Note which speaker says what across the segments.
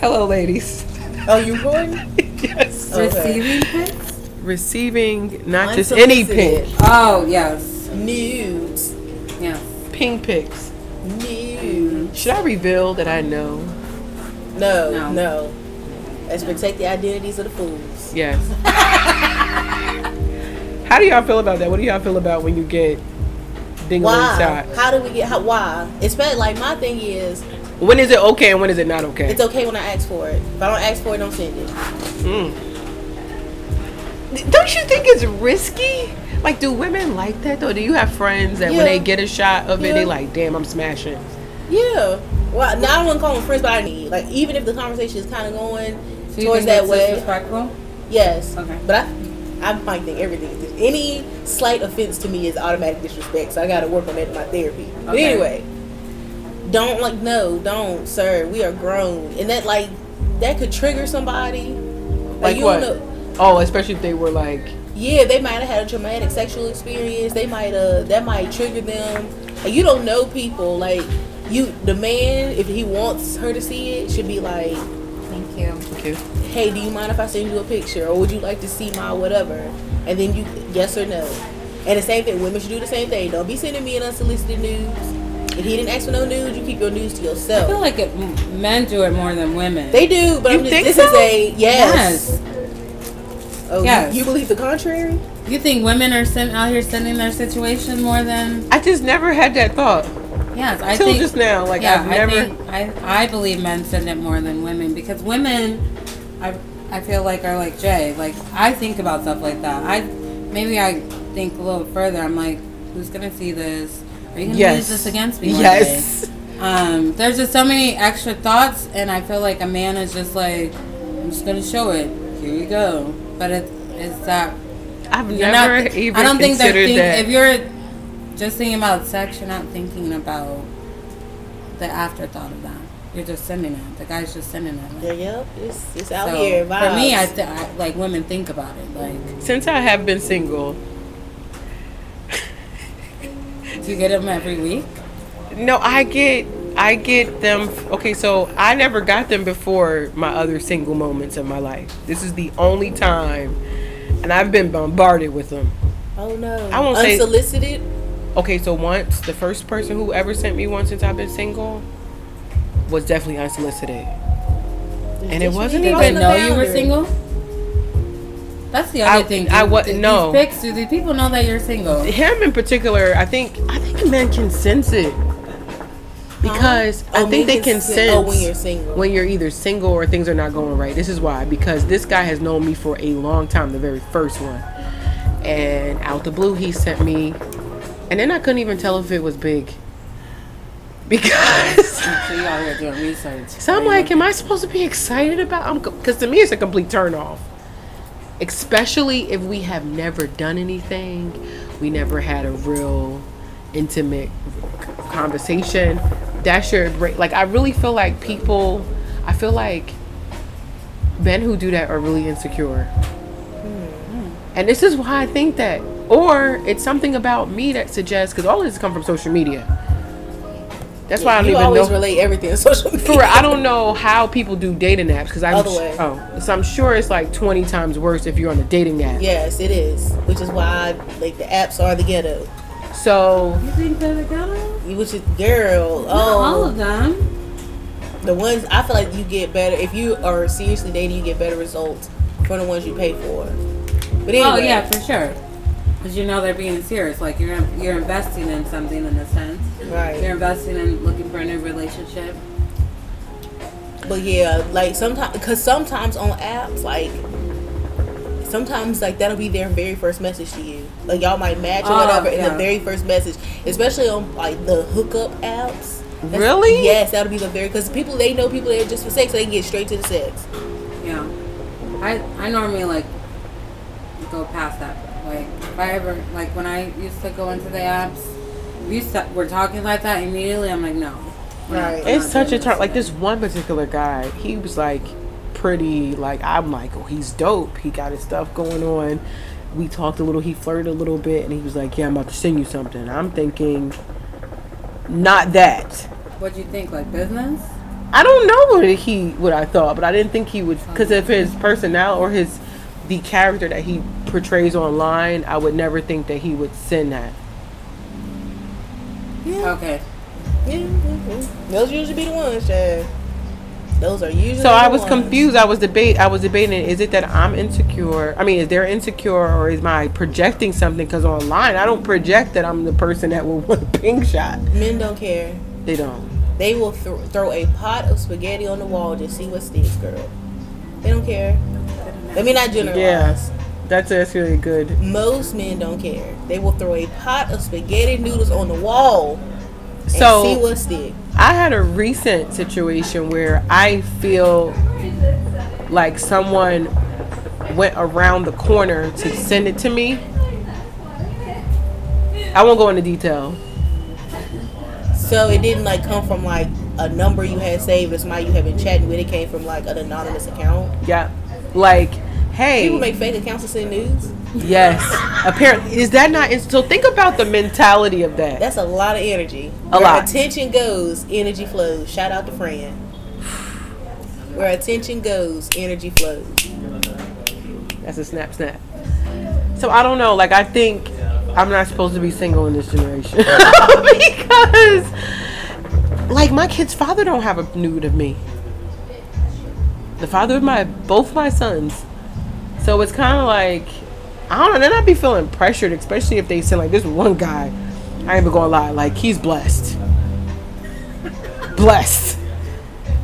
Speaker 1: Hello, ladies.
Speaker 2: Oh, you going?
Speaker 1: yes.
Speaker 2: Okay.
Speaker 3: Receiving pics?
Speaker 1: Receiving not just any pic,
Speaker 2: Unsolicited
Speaker 3: Oh, yes,
Speaker 2: Nudes.
Speaker 3: yes.
Speaker 1: ping pics.
Speaker 2: Nudes.
Speaker 1: Should I reveal that I know?
Speaker 2: No,
Speaker 3: No.
Speaker 2: no. Let's protect the identities of the fools.
Speaker 1: Yes. How do y'all feel about that? What do y'all feel about when you get ding
Speaker 2: Why?
Speaker 1: shot?
Speaker 2: How do we get? How, why? It's bad. Like my thing is,
Speaker 1: When is it okay and when is it not okay?
Speaker 2: it's okay when I ask for it. If I don't ask for it, don't send it.
Speaker 1: Don't you think it's risky? Like, do women like that though? Do you have friends that when
Speaker 2: Yeah.
Speaker 1: they get a shot of it, they
Speaker 2: Yeah.
Speaker 1: like, damn, I'm smashing.
Speaker 2: Yeah. Well, now I wouldn't call them friends, but I need like even if the conversation is kind of going
Speaker 3: So you
Speaker 2: towards
Speaker 3: think
Speaker 2: that
Speaker 3: it's
Speaker 2: way.
Speaker 3: Disrespectful?
Speaker 2: Yes.
Speaker 3: Okay.
Speaker 2: But I, I might think everything is any slight offense to me is automatic disrespect. So I got to work on that in my therapy. But
Speaker 3: Okay.
Speaker 2: anyway, don't like no, don't, sir. We are grown, and that like that could trigger somebody.
Speaker 1: Like
Speaker 2: don't
Speaker 1: what? Oh, especially if they were like,
Speaker 2: yeah, they might have had a traumatic sexual experience. They might uh that might trigger them. Like, you don't know people. Like you, the man, if he wants her to see it, should be like,
Speaker 3: Thank you.
Speaker 1: okay,
Speaker 2: hey, do you mind if I send you a picture? Or would you like to see my whatever? And then you, yes or no. And the same thing, women should do the same thing. Don't be sending me an unsolicited nudes. If he didn't ask for no nudes, you keep your nudes to
Speaker 3: I feel
Speaker 2: yourself.
Speaker 3: like it, m- men do it more than women.
Speaker 2: They do, but
Speaker 1: You
Speaker 2: I'm just,
Speaker 1: think
Speaker 2: this is
Speaker 1: so?
Speaker 2: a, yes. Oh, you-
Speaker 3: Yes.
Speaker 2: You, believe the contrary?
Speaker 3: You think women are send, out here sending their situation more than?
Speaker 1: I just never had that thought
Speaker 3: Yes, I
Speaker 1: until
Speaker 3: think.
Speaker 1: just now. Like,
Speaker 3: yeah,
Speaker 1: I've never.
Speaker 3: I think I, I believe men send it more than women because women, I I feel like are like Jay. Like I think about stuff like that. I maybe I think a little further. I'm like, who's gonna see this? Are you gonna
Speaker 1: yes.
Speaker 3: use this against me? One day?
Speaker 1: yes.
Speaker 3: um, there's just so many extra thoughts, and I feel like a man is just like, I'm just gonna show it. Here you go. But it, it's that
Speaker 1: I've
Speaker 3: you're
Speaker 1: never
Speaker 3: not.
Speaker 1: even
Speaker 3: I don't think they're
Speaker 1: considered
Speaker 3: thinking.
Speaker 1: that.
Speaker 3: If you're just thinking about sex, you're not thinking about the afterthought of that. You're just sending it. The guy's just sending it.
Speaker 2: Yeah, yep. It's, it's out
Speaker 3: So,
Speaker 2: here.
Speaker 3: for me, I,
Speaker 2: Oh, vibes.
Speaker 3: th- I like women think about it. Like,
Speaker 1: Since I have been single,
Speaker 3: do you get them every week?
Speaker 1: No, I get I get them okay, so I never got them before my other single moments in my life. This is the only time and I've been bombarded with them.
Speaker 2: oh no.
Speaker 1: I won't say-
Speaker 2: Unsolicited?
Speaker 1: Okay, so once the first person who ever sent me one since I've been single was definitely unsolicited. And it
Speaker 2: Did you
Speaker 1: wasn't
Speaker 2: even
Speaker 3: Did
Speaker 1: even-
Speaker 2: cross
Speaker 3: they
Speaker 2: the
Speaker 3: know you were
Speaker 2: boundary?
Speaker 3: single? That's the other
Speaker 1: I-
Speaker 3: thing.
Speaker 1: I
Speaker 3: Do-
Speaker 1: wa-
Speaker 3: do
Speaker 1: no.
Speaker 3: These pics, do the people know that you're single?
Speaker 1: Him in particular, I think I think men can sense it. Because
Speaker 2: Oh,
Speaker 1: I think they
Speaker 2: men
Speaker 1: can
Speaker 2: sen-
Speaker 1: sense
Speaker 2: Oh, when you're single.
Speaker 1: when you're either single or things are not going right. This is why because this guy has known me for a long time, the very first one. And out the blue, he sent me, and then I couldn't even tell if it was big because.
Speaker 3: So you out here doing research.
Speaker 1: So I'm like, am I supposed to be excited about? I'm because to me it's a complete turn off, especially if we have never done anything, we never had a real intimate conversation. That should break. Like I really feel like people, I feel like men who do that are really insecure,
Speaker 2: Hmm.
Speaker 1: and this is why I think that, or it's something about me that suggests because all of this come from social media. That's why I don't
Speaker 2: you
Speaker 1: even
Speaker 2: always
Speaker 1: know.
Speaker 2: relate everything to social media.
Speaker 1: For real, I don't know how people do dating apps because I'm
Speaker 2: Other way.
Speaker 1: oh, so I'm sure it's like 20 times worse if you're on a dating app.
Speaker 2: Yes, it is. Which is why like the apps are the ghetto.
Speaker 1: So
Speaker 3: You think that I got them?
Speaker 2: You Which is girl,
Speaker 3: Not all
Speaker 2: oh
Speaker 3: of them.
Speaker 2: the ones I feel like you get better if you are seriously dating, you get better results from the ones you pay for. But anyway,
Speaker 3: Oh yeah, for sure. Because you know they're being serious. Like you're you're investing in something in a sense. You're
Speaker 2: right.
Speaker 3: investing in looking for a new relationship.
Speaker 2: But yeah, like sometimes because sometimes on apps like. Sometimes like that'll be their very first message to you. Like y'all might match or
Speaker 3: Oh,
Speaker 2: whatever, in the
Speaker 3: yeah.
Speaker 2: very first message, especially on like the hookup apps. That's-
Speaker 1: Really?
Speaker 2: Yes, that'll be the very because people they know people there just for sex, so they can get straight to the sex.
Speaker 3: Yeah. I I normally like go past that. Like if I ever like when I used to go into the apps, we st- were talking like that immediately. I'm like no. we're not-
Speaker 2: Right.
Speaker 3: we're
Speaker 1: it's
Speaker 3: not
Speaker 1: such a
Speaker 3: doing
Speaker 1: turn. Like
Speaker 3: today.
Speaker 1: this one particular guy, he was like pretty. Like I'm like, oh, he's dope. He got his stuff going on. We talked a little. He flirted a little bit, and he was like, yeah, I'm about to send you something. I'm thinking, not that.
Speaker 3: What do you think? Like business?
Speaker 1: I don't know what he what I thought, but I didn't think he would because of his personnel or his the character that he portrays online. I would never think that he would send that.
Speaker 2: Yeah.
Speaker 3: Okay.
Speaker 2: yeah, yeah, yeah. Those usually be the ones, Chad. Those are usually.
Speaker 1: So I
Speaker 2: the
Speaker 1: was
Speaker 2: ones.
Speaker 1: confused. I was debate. I was debating. Is it that I'm insecure? I mean, is they're insecure, or is my projecting something? Because online, I don't project that I'm the person that will want a pink shot.
Speaker 2: Men don't care.
Speaker 1: They don't.
Speaker 2: They will thro- throw a pot of spaghetti on the wall to see what sticks, girl. They don't care. Let me not generalize.
Speaker 1: Yes, that's actually good.
Speaker 2: Most men don't care. They will throw a pot of spaghetti noodles on the wall and
Speaker 1: So
Speaker 2: see what stick.
Speaker 1: I had a recent situation where I feel like someone went around the corner to send it to me. I won't go into detail.
Speaker 2: So it didn't like come from like a number you had saved or somebody you had been chatting with. It came from like an anonymous account.
Speaker 1: Yeah. Like, hey.
Speaker 2: People make fake accounts to send news.
Speaker 1: yes. Apparently, is that not? ins- So think about the mentality of that.
Speaker 2: That's a lot of energy.
Speaker 1: A
Speaker 2: Where
Speaker 1: lot.
Speaker 2: Attention goes, energy flows. Shout out to Fran. Where attention goes, energy flows.
Speaker 1: That's a snap, snap. So I don't know. Like I think I'm not supposed to be single in this generation because, like, my kid's father don't have a nude of me. The father of my both my sons. So it's kind of like I don't know. Then I'd be feeling pressured, especially if they send like this one guy. I ain't even gonna lie. Like he's blessed. blessed.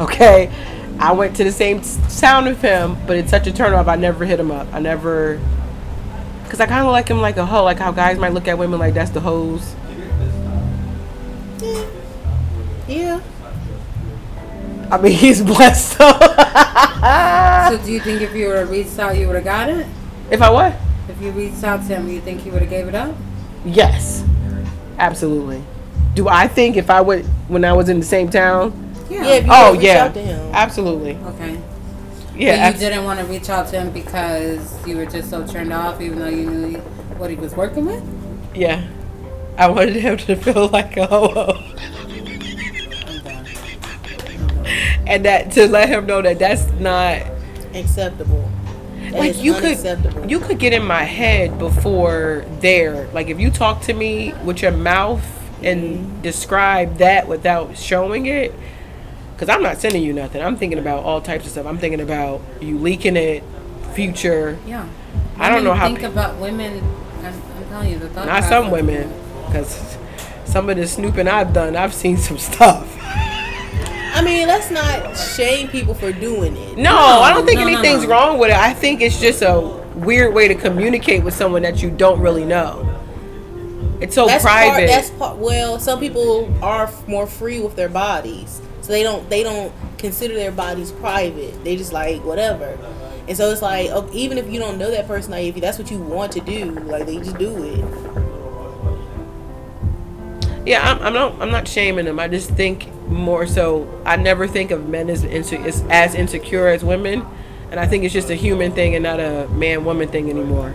Speaker 1: Okay. I went to the same sound with him, but it's such a turnoff. I never hit him up. I never, cause I kind of like him like a hoe, like how guys might look at women like that's the hoes.
Speaker 2: Yeah.
Speaker 1: I mean, he's blessed. So.
Speaker 3: So do you think if you would have reached out, you would have got it?
Speaker 1: if I what?
Speaker 3: If you reached out to him, you think he would have gave it up?
Speaker 1: Yes, absolutely. Do I think if I would when I was in the same town?
Speaker 2: Yeah, if you
Speaker 1: oh
Speaker 2: reach
Speaker 1: yeah,
Speaker 2: out to him.
Speaker 1: absolutely.
Speaker 3: Okay.
Speaker 1: Yeah,
Speaker 3: but you
Speaker 1: abs-
Speaker 3: didn't want to reach out to him because you were just so turned off, even though you knew what he was working with.
Speaker 1: yeah. I wanted him to feel like a hoe. and that to let him know that that's not
Speaker 2: acceptable. That
Speaker 1: like
Speaker 2: is
Speaker 1: you
Speaker 2: unacceptable.
Speaker 1: could you could get in my head before there like if you talk to me with your mouth and
Speaker 2: Mm-hmm.
Speaker 1: describe that without showing it because i'm not sending you nothing i'm thinking about all types of stuff i'm thinking about you leaking it future
Speaker 3: Yeah.
Speaker 1: I don't
Speaker 3: Women
Speaker 1: know how
Speaker 3: Think
Speaker 1: pe-
Speaker 3: about women. I'm, I'm telling you, the thought.
Speaker 1: not
Speaker 3: process-
Speaker 1: some women because some of the snooping i've done i've seen some stuff
Speaker 2: I mean, let's not shame people for doing it.
Speaker 1: No, I don't think
Speaker 3: no, no,
Speaker 1: anything's
Speaker 3: no.
Speaker 1: wrong with it. I think it's just a weird way to communicate with someone that you don't really know. It's so
Speaker 2: that's
Speaker 1: Oh, private.
Speaker 2: Part, that's part. Well, some people are f- more free with their bodies, so they don't they don't consider their bodies private. They just like whatever, and so it's like oh, even if you don't know that person, like if that's what you want to do, like they just do it.
Speaker 1: yeah, I'm, I'm not. I'm not shaming them. I just think more so. I never think of men as inse- as, as insecure as women, and I think it's just a human thing and not a man-woman thing anymore.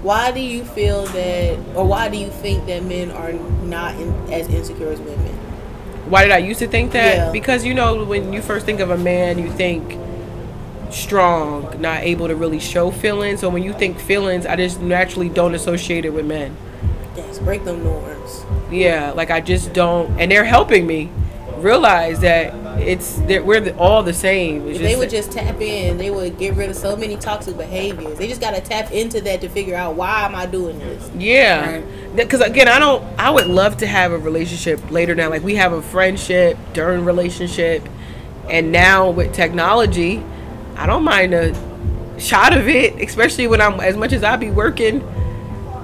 Speaker 2: Why do you feel that, or why do you think that men are not in, as insecure as women?
Speaker 1: Why did I used to think that?
Speaker 2: Yeah.
Speaker 1: Because you know, when you first think of a man, you think strong, not able to really show feelings. So when you think feelings, I just naturally don't associate it with men.
Speaker 2: Yes, break them norms.
Speaker 1: Yeah, like I just don't, and they're helping me realize that it's that we're the, all the same. It's
Speaker 2: If they would
Speaker 1: that-
Speaker 2: just tap in, they would get rid of so many toxic behaviors. They just gotta tap into that to figure out why am I doing this.
Speaker 1: yeah,
Speaker 3: Right.
Speaker 1: because again, I don't. I would love to have a relationship later down. Like we have a friendship during relationship, and now with technology, I don't mind a shot of it, especially when I'm as much as I be working.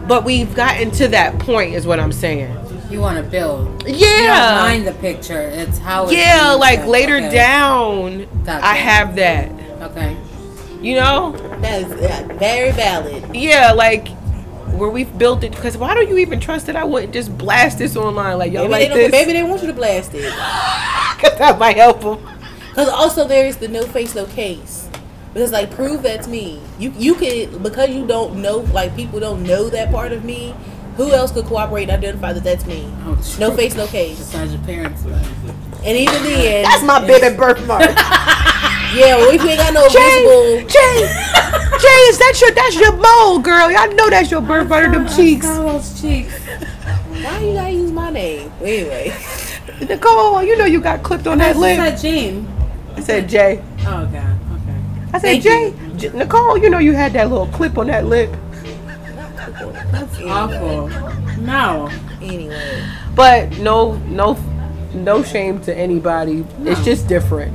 Speaker 1: But we've gotten to that point, is what I'm saying.
Speaker 3: You want to build.
Speaker 1: Yeah.
Speaker 3: You don't mind the picture. It's how. It
Speaker 1: Yeah,
Speaker 3: seems
Speaker 1: like
Speaker 3: that-
Speaker 1: later
Speaker 3: okay.
Speaker 1: down,
Speaker 3: That's
Speaker 1: I
Speaker 3: it.
Speaker 1: have that.
Speaker 3: Okay.
Speaker 1: You know,
Speaker 2: That is uh, very valid.
Speaker 1: yeah, like where we've built it. Because why don't you even trust that I wouldn't just blast this online like yo
Speaker 2: Maybe,
Speaker 1: like
Speaker 2: they don't,
Speaker 1: this?
Speaker 2: maybe they want you to blast it.
Speaker 1: 'Cause that might help them.
Speaker 2: Because also there is the no face, no case. Because like prove that to me. You you could because you don't know like people don't know that part of me. Who else could cooperate and identify that that's me?
Speaker 3: Oh,
Speaker 2: No face, no case.
Speaker 3: Besides your parents, but
Speaker 2: And even then,
Speaker 4: That's my
Speaker 2: it's-
Speaker 4: baby birthmark.
Speaker 2: Yeah, well, if we ain't got no
Speaker 4: Jay, Jay,
Speaker 2: visible,
Speaker 4: Jay, is that your that's your mole, girl? Y'all know that's your birthmark of them cheeks.
Speaker 3: those cheeks.
Speaker 2: why you gotta use my name? Well, Anyway,
Speaker 4: Nicole, you know you got clipped on that
Speaker 3: Is
Speaker 4: lip.
Speaker 3: that Jane?
Speaker 4: I said Jay.
Speaker 3: Oh god.
Speaker 4: I
Speaker 3: Okay.
Speaker 4: said
Speaker 2: Thank
Speaker 4: Jay. J- Nicole, you know you had that little clip on that lip.
Speaker 3: That's awful. No.
Speaker 2: anyway,
Speaker 1: But no, no, no shame to anybody. It's just different.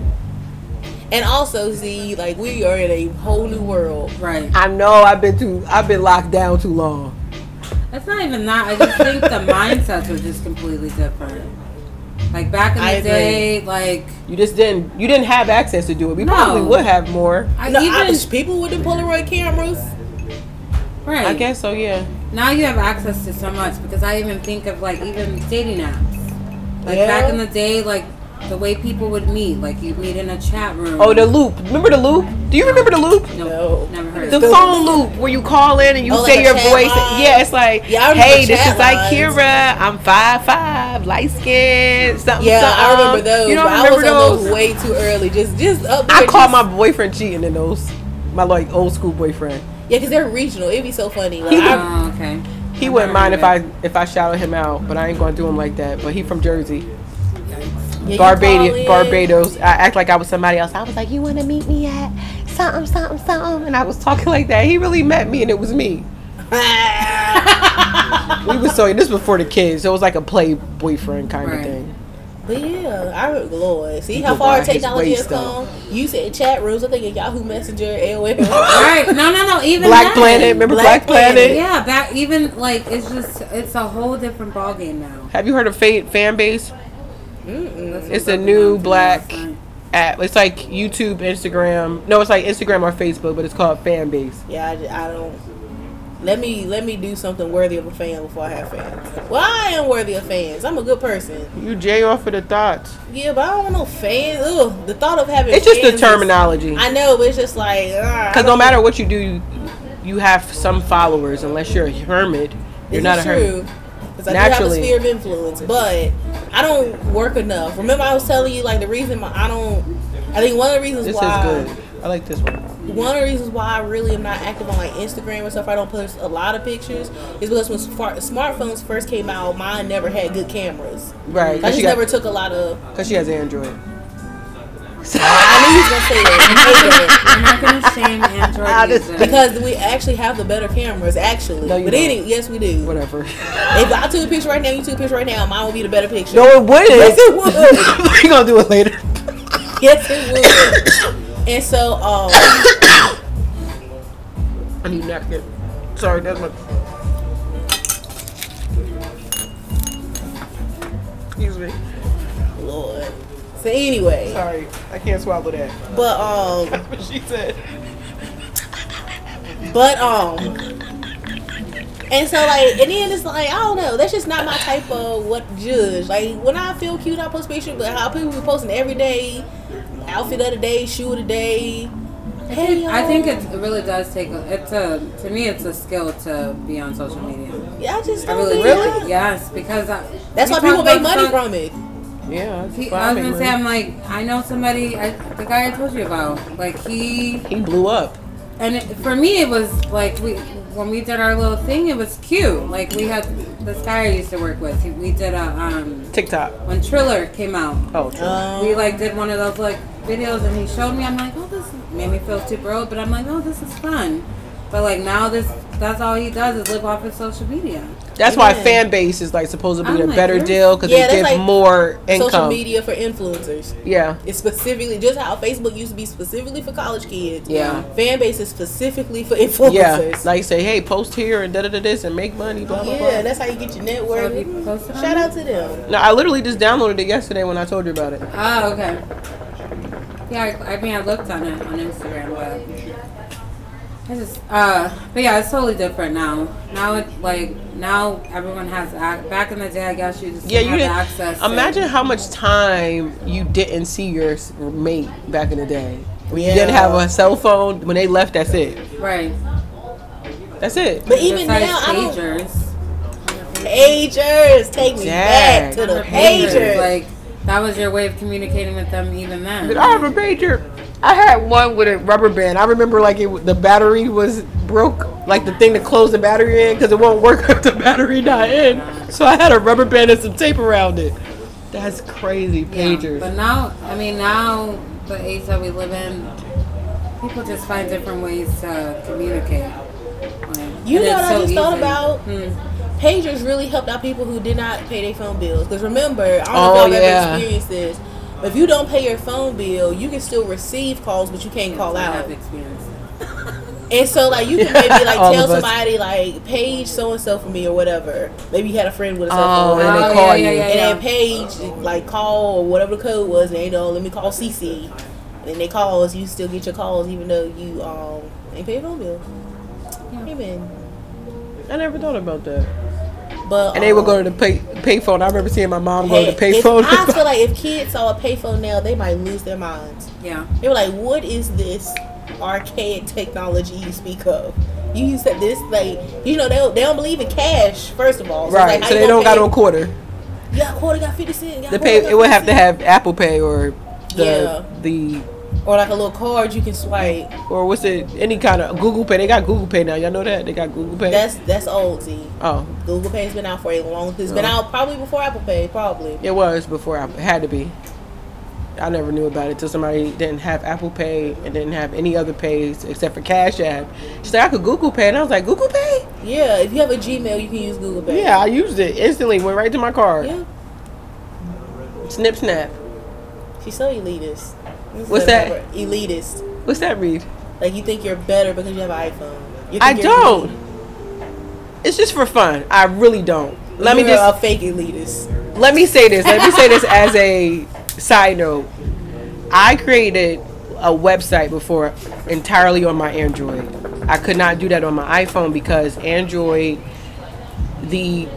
Speaker 2: and also see, like we are in a whole new world.
Speaker 3: Right.
Speaker 1: I know I've been too. I've been locked down too long.
Speaker 3: That's not even that. I just think the mindsets are just completely different. Like back in the
Speaker 2: I agree.
Speaker 3: day, like
Speaker 1: You just didn't. You didn't have access to do it. We
Speaker 3: No.
Speaker 1: probably would have more.
Speaker 3: I
Speaker 2: No,
Speaker 3: even
Speaker 2: I was people with the Polaroid cameras.
Speaker 3: right.
Speaker 1: I guess so. Yeah.
Speaker 3: now you have access to so much because I even think of like even dating apps. Like
Speaker 2: Yeah.
Speaker 3: back in the day, like the way people would meet, like you'd meet in a chat room.
Speaker 1: Oh, the loop. Remember the loop? Do you remember the loop?
Speaker 3: no,
Speaker 2: No.
Speaker 3: never heard.
Speaker 1: The
Speaker 3: of it.
Speaker 1: phone loop where you call in and you
Speaker 2: Oh, like
Speaker 1: say
Speaker 2: a
Speaker 1: your
Speaker 2: chat
Speaker 1: voice.
Speaker 2: line?
Speaker 1: Yeah, it's like,
Speaker 2: Yeah, I remember
Speaker 1: hey, this
Speaker 2: chat
Speaker 1: is like
Speaker 2: lines.
Speaker 1: Kira. I'm five five, light skin, something.
Speaker 2: Yeah, I
Speaker 1: something.
Speaker 2: remember those.
Speaker 1: um, You don't
Speaker 2: but
Speaker 1: remember
Speaker 2: I was on
Speaker 1: those?
Speaker 2: those way too early. Just, just up.
Speaker 1: I
Speaker 2: there,
Speaker 1: called my
Speaker 2: just-
Speaker 1: boyfriend cheating in those. My like old school boyfriend.
Speaker 2: Yeah, because they're regional. It'd be so funny. Like,
Speaker 1: He
Speaker 2: I,
Speaker 3: Oh, okay.
Speaker 1: He
Speaker 3: Never
Speaker 1: wouldn't
Speaker 3: heard
Speaker 1: mind
Speaker 3: of
Speaker 1: if
Speaker 3: it.
Speaker 1: I if I shouted him out, but I ain't gonna do him like that. But he from Jersey,
Speaker 2: yeah, you call
Speaker 1: Barbados.
Speaker 2: in.
Speaker 1: Barbados. I act like I was somebody else. I was like, you want to meet me at something, something, something, and I was talking like that. He really met me, and it was me. we was so this was before the kids. So it was like a play boyfriend kind
Speaker 3: Right.
Speaker 1: of thing.
Speaker 2: But yeah, I remember, Lord. See
Speaker 1: You
Speaker 2: how
Speaker 1: could
Speaker 2: far
Speaker 1: ride his
Speaker 2: technology has
Speaker 1: waist up.
Speaker 2: come? You said chat rooms. I think of Yahoo Messenger, AOL.
Speaker 3: Right. No, no, no. Even
Speaker 1: Black
Speaker 3: then.
Speaker 1: Planet. Remember Black,
Speaker 2: Black
Speaker 1: Planet?
Speaker 2: Planet.
Speaker 3: Yeah, back even like it's just it's a whole different ballgame now.
Speaker 1: Have you heard of Fate Fan Base?
Speaker 3: That's
Speaker 1: Mm, It's
Speaker 3: what
Speaker 1: a
Speaker 3: Dr.
Speaker 1: new
Speaker 3: Mom told me
Speaker 1: black-
Speaker 3: last night.
Speaker 1: At it's like YouTube, Instagram. No, it's like Instagram or Facebook, but it's called Fan Base.
Speaker 2: Yeah, I, ju- I don't. Let me let me do something worthy of a fan before I have fans. Well, I am worthy of fans. I'm a good person.
Speaker 1: You J off of the thoughts.
Speaker 2: Yeah, but I don't want no fans. Ugh, the thought of having
Speaker 1: It's just the
Speaker 2: fans is-
Speaker 1: terminology.
Speaker 2: I know, but it's just like ugh, I
Speaker 1: Because no
Speaker 2: don't-
Speaker 1: matter what you do, you, you have some followers. Unless you're a hermit, you're
Speaker 2: This
Speaker 1: not a
Speaker 2: is
Speaker 1: hermit.
Speaker 2: true. Because I Naturally.
Speaker 1: Naturally.
Speaker 2: do have a sphere of influence, but I don't work enough. Remember, I was telling you like the reason my, I don't. I think one of the reasons
Speaker 1: This
Speaker 2: why
Speaker 1: is good. I like this one.
Speaker 2: one of the reasons why I really am not active on like Instagram or stuff. I don't post a lot of pictures is because when smart, smartphones first came out, mine never had good cameras.
Speaker 1: Right.
Speaker 2: I
Speaker 1: Because
Speaker 2: just
Speaker 1: she,
Speaker 2: never
Speaker 1: got-
Speaker 2: took a lot of.
Speaker 1: 'cause she has Android.
Speaker 2: I knew he was gonna say that
Speaker 3: I'm not gonna shame Android users.
Speaker 2: because we actually have the better cameras, actually.
Speaker 1: No, you
Speaker 2: but
Speaker 1: don't.
Speaker 2: any, yes, we do.
Speaker 1: Whatever.
Speaker 2: If I took a picture right now, you took a picture right now, mine would be the better picture.
Speaker 1: No, it wouldn't.
Speaker 2: Yes, it would.
Speaker 1: We're going to do it later.
Speaker 2: Yes, it would. and so, um,
Speaker 1: I need napkin. Sorry, that's my. Excuse me.
Speaker 2: Lord. So anyway,
Speaker 1: Sorry, I can't swallow that.
Speaker 2: but um.
Speaker 1: That's what she said.
Speaker 2: But um, and so like, and then it's like I don't know. That's just not my type of what judge. Like when I feel cute, I post pictures. But how people be posting every day, outfit of the day, shoe of the day. Hey, yo.
Speaker 3: I think it really does take. A, it's a to me, it's a skill to be on social media.
Speaker 2: yeah, I just
Speaker 3: I
Speaker 2: don't
Speaker 3: really,
Speaker 2: think-
Speaker 3: really, yes, because I,
Speaker 2: That's why
Speaker 3: we
Speaker 2: people
Speaker 3: talked
Speaker 2: make
Speaker 3: about
Speaker 2: money
Speaker 3: some-
Speaker 2: from it.
Speaker 1: Yeah, that's
Speaker 3: He,
Speaker 1: why
Speaker 3: I
Speaker 1: I
Speaker 3: was
Speaker 1: make
Speaker 3: gonna say,
Speaker 1: money.
Speaker 3: I'm like, I know somebody, I, the guy I told you about, like he,
Speaker 1: He blew up.
Speaker 3: and it, for me, it was like we when we did our little thing, it was cute. Like we had this guy I used to work with. He, we did a um
Speaker 1: TikTok.
Speaker 3: when Triller came out,
Speaker 1: Oh, true.
Speaker 2: Um,
Speaker 3: we like did one of those like videos and he showed me i'm like oh this made me feel super old but i'm like oh this is fun but like now this that's all he does is live off his social media
Speaker 1: That's why
Speaker 2: Yeah.
Speaker 1: fan base is like supposed to be
Speaker 3: I'm
Speaker 1: the
Speaker 3: like,
Speaker 1: better
Speaker 3: you're-
Speaker 1: deal because
Speaker 2: Yeah,
Speaker 1: they
Speaker 2: that's
Speaker 1: give
Speaker 2: like
Speaker 1: more income.
Speaker 2: social media for influencers.
Speaker 1: Yeah,
Speaker 2: It's specifically just how Facebook used to be specifically for college kids.
Speaker 1: Yeah.
Speaker 2: fan base is specifically for
Speaker 1: yeah.
Speaker 2: influencers.
Speaker 1: Like say, hey, post here and da da da this and make money. Blah blah
Speaker 2: yeah,
Speaker 1: blah.
Speaker 2: that's how you get your
Speaker 3: So
Speaker 2: network.
Speaker 3: if you post it on
Speaker 2: Mm-hmm. Shout
Speaker 3: it?
Speaker 2: out to them.
Speaker 1: No, I literally just downloaded it yesterday when I told you about it.
Speaker 3: oh okay yeah i, I mean i looked on it on instagram but i just uh but yeah it's totally different now now it like now everyone has ac- back in the day i guess you just
Speaker 1: Yeah,
Speaker 3: didn't
Speaker 1: you
Speaker 3: have
Speaker 1: didn't.
Speaker 3: access to-
Speaker 1: Imagine how much time you didn't see your s- mate back in the day. When you didn't
Speaker 2: Yeah.
Speaker 1: have a cell phone. When they left, that's it.
Speaker 3: right
Speaker 1: That's it.
Speaker 2: But even
Speaker 3: Besides
Speaker 2: now, I don't
Speaker 3: pagers.
Speaker 2: pagers. Take me
Speaker 1: Dang.
Speaker 2: back to the
Speaker 3: Pagers,
Speaker 2: pagers.
Speaker 3: Like That was your way of communicating with them even then.
Speaker 4: I have a pager.
Speaker 1: I had one with a rubber band. I remember like it, w- the battery was broke, like the thing to close the battery in, because it won't work if the battery not in. So I had a rubber band and some tape around it. That's crazy,
Speaker 3: Yeah,
Speaker 1: pagers.
Speaker 3: But now, I mean, now the age that we live in, people just find different ways to communicate. Like,
Speaker 2: You
Speaker 3: and
Speaker 2: know
Speaker 3: it's
Speaker 2: what I
Speaker 3: so
Speaker 2: just thought
Speaker 3: easy.
Speaker 2: about?
Speaker 3: Hmm.
Speaker 2: pagers really helped out people who did not pay their phone bills. Because remember, I don't
Speaker 1: Oh,
Speaker 2: know if y'all
Speaker 1: yeah.
Speaker 2: ever experienced this. but If you don't pay your phone bill, you can still receive calls, but you can't call
Speaker 3: I
Speaker 2: out.
Speaker 3: have experience.
Speaker 2: And so, like, you can maybe like
Speaker 1: All
Speaker 2: tell
Speaker 1: of us.
Speaker 2: somebody like page so and so for me or whatever. Maybe you had a friend with a
Speaker 1: Oh,
Speaker 2: cell phone,
Speaker 1: and
Speaker 3: Oh,
Speaker 1: they call
Speaker 3: yeah,
Speaker 1: you.
Speaker 3: yeah,
Speaker 2: and then page like call or whatever the code was. And they know, let me call CC. And then they calls, you still get your calls even though you um ain't pay your phone bill. Amen.
Speaker 1: I never thought about that.
Speaker 2: But
Speaker 1: And they would
Speaker 2: um,
Speaker 1: go to the pay payphone. I remember seeing my mom go to the
Speaker 2: If-
Speaker 1: payphone.
Speaker 2: I feel like if kids saw a payphone now, they might lose their minds.
Speaker 3: Yeah.
Speaker 2: They were like, "What is this archaic technology you speak of?" You used to this like you know they don't, they don't believe in cash first of all.
Speaker 1: right, so they don't got on quarter.
Speaker 2: Yeah, quarter got fifty cents.
Speaker 1: The pay it would have to have Apple Pay or the
Speaker 2: Yeah.
Speaker 1: the
Speaker 2: or like a little card you can swipe.
Speaker 1: or what's it any kind of Google Pay. They got Google Pay now. Y'all know that they got Google Pay.
Speaker 2: That's that's old. Z.
Speaker 1: oh,
Speaker 2: Google Pay's been out for a long. It's been
Speaker 1: Yeah.
Speaker 2: out probably before Apple Pay. Probably.
Speaker 1: It was before Apple. It had to be. I never knew about it till somebody didn't have Apple Pay and didn't have any other pays except for Cash App. She said I could Google Pay, and I was like, Google Pay?
Speaker 2: Yeah, if you have a Gmail, you can use Google Pay.
Speaker 1: Yeah, I used it instantly. Went right to my card.
Speaker 2: Yeah.
Speaker 1: Snip snap.
Speaker 2: She's so elitist. This is
Speaker 1: What's
Speaker 2: the
Speaker 1: that?
Speaker 2: number- Elitist.
Speaker 1: What's that read?
Speaker 2: Like you think you're better because you have an iPhone. You think
Speaker 1: I
Speaker 2: you're
Speaker 1: don't.
Speaker 2: elite.
Speaker 1: It's just for fun. I really don't. Let me
Speaker 2: You're
Speaker 1: just
Speaker 2: a fake elitist.
Speaker 1: let me say this. Let me say this as a side note. I created a website before entirely on my Android. I could not do that on my iPhone because Android, the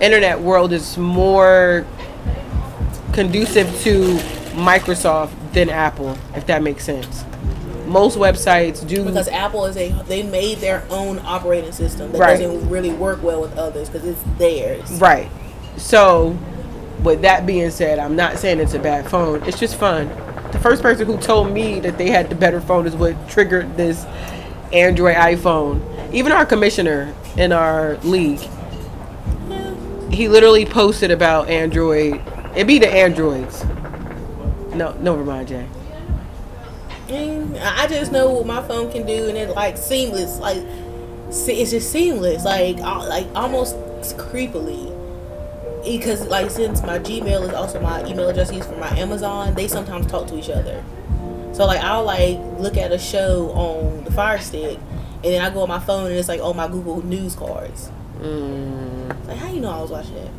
Speaker 1: internet world is more conducive to Microsoft than Apple, if that makes sense. Most websites do
Speaker 2: Because Apple is a they made their own operating system that
Speaker 1: Right.
Speaker 2: doesn't really work well with others because it's theirs.
Speaker 1: Right. So, with that being said, I'm not saying it's a bad phone. It's just fun. The first person who told me that they had the better phone is what triggered this Android iPhone. Even our commissioner in our league, he literally posted about Android. It be the Androids. No, never mind, Jay.
Speaker 2: Mm, I I just know what my phone can do, and it's like seamless. Like se- it's just seamless. Like al- like almost creepily. Because like since my Gmail is also my email address used for my Amazon, they sometimes talk to each other. So like I'll like look at a show on the Fire Stick, and then I go on my phone and it's like on my Google News cards. Like how you know I was watching that?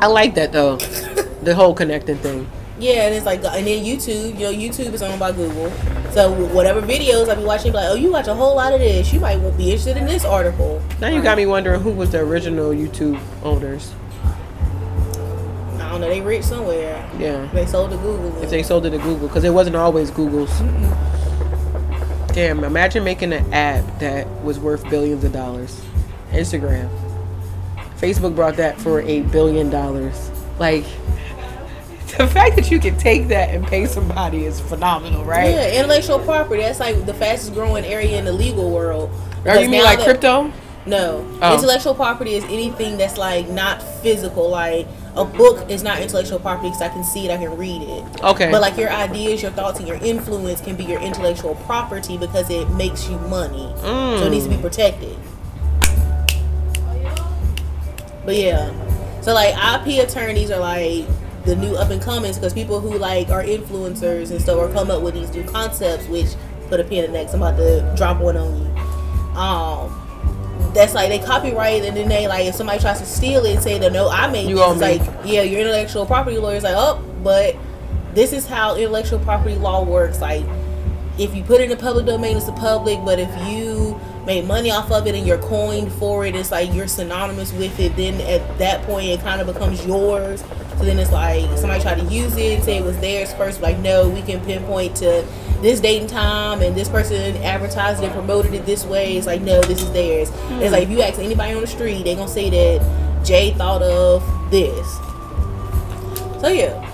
Speaker 1: I like that though. The whole connecting thing.
Speaker 2: Yeah, and it's like, and then YouTube, you know, YouTube is owned by Google. So whatever videos I be watching, be like, oh, you watch a whole lot of this. You might be interested in this article.
Speaker 1: Now you got me wondering who was the original YouTube owners.
Speaker 2: I don't know, they rich somewhere.
Speaker 1: Yeah.
Speaker 2: They sold to Google.
Speaker 1: if they sold it to Google because it wasn't always Google's.
Speaker 2: Mm-hmm.
Speaker 1: Damn, imagine making an app that was worth billions of dollars. Instagram. Facebook brought that for a billion dollars. Like, the fact that you can take that and pay somebody is phenomenal, right?
Speaker 2: Yeah, intellectual property. That's like the fastest growing area in the legal world.
Speaker 1: Or you
Speaker 2: Because
Speaker 1: mean
Speaker 2: now
Speaker 1: like
Speaker 2: that-
Speaker 1: crypto?
Speaker 2: No.
Speaker 1: Oh.
Speaker 2: Intellectual property is anything that's like not physical. Like a book is not intellectual property because I can see it, I can read it.
Speaker 1: Okay.
Speaker 2: But like your ideas, your thoughts, and your influence can be your intellectual property because it makes you money. So it needs to
Speaker 1: Mm.
Speaker 2: be protected. But yeah. So like IP attorneys are like the new up and comings because people who like are influencers and stuff or come up with these new concepts, which put a pin in the next. I'm about to drop one on you. Um, that's like they copyright it and then they like if somebody tries to steal it, say that no, I made
Speaker 1: You
Speaker 2: this.
Speaker 1: own
Speaker 2: It's
Speaker 1: me.
Speaker 2: like yeah, your intellectual property lawyer's like oh, but this is how intellectual property law works. Like if you put it in the public domain, it's the public. But if you made money off of it and you're coined for it, it's like you're synonymous with it. Then at that point, it kind of becomes yours. So then it's like somebody tried to use it, say it was theirs first. Like no, we can pinpoint to this date and time, and this person advertised and promoted it this way. It's like no, this is theirs. It's like if you ask anybody on the street, they gonna say that Jay thought of this. So yeah.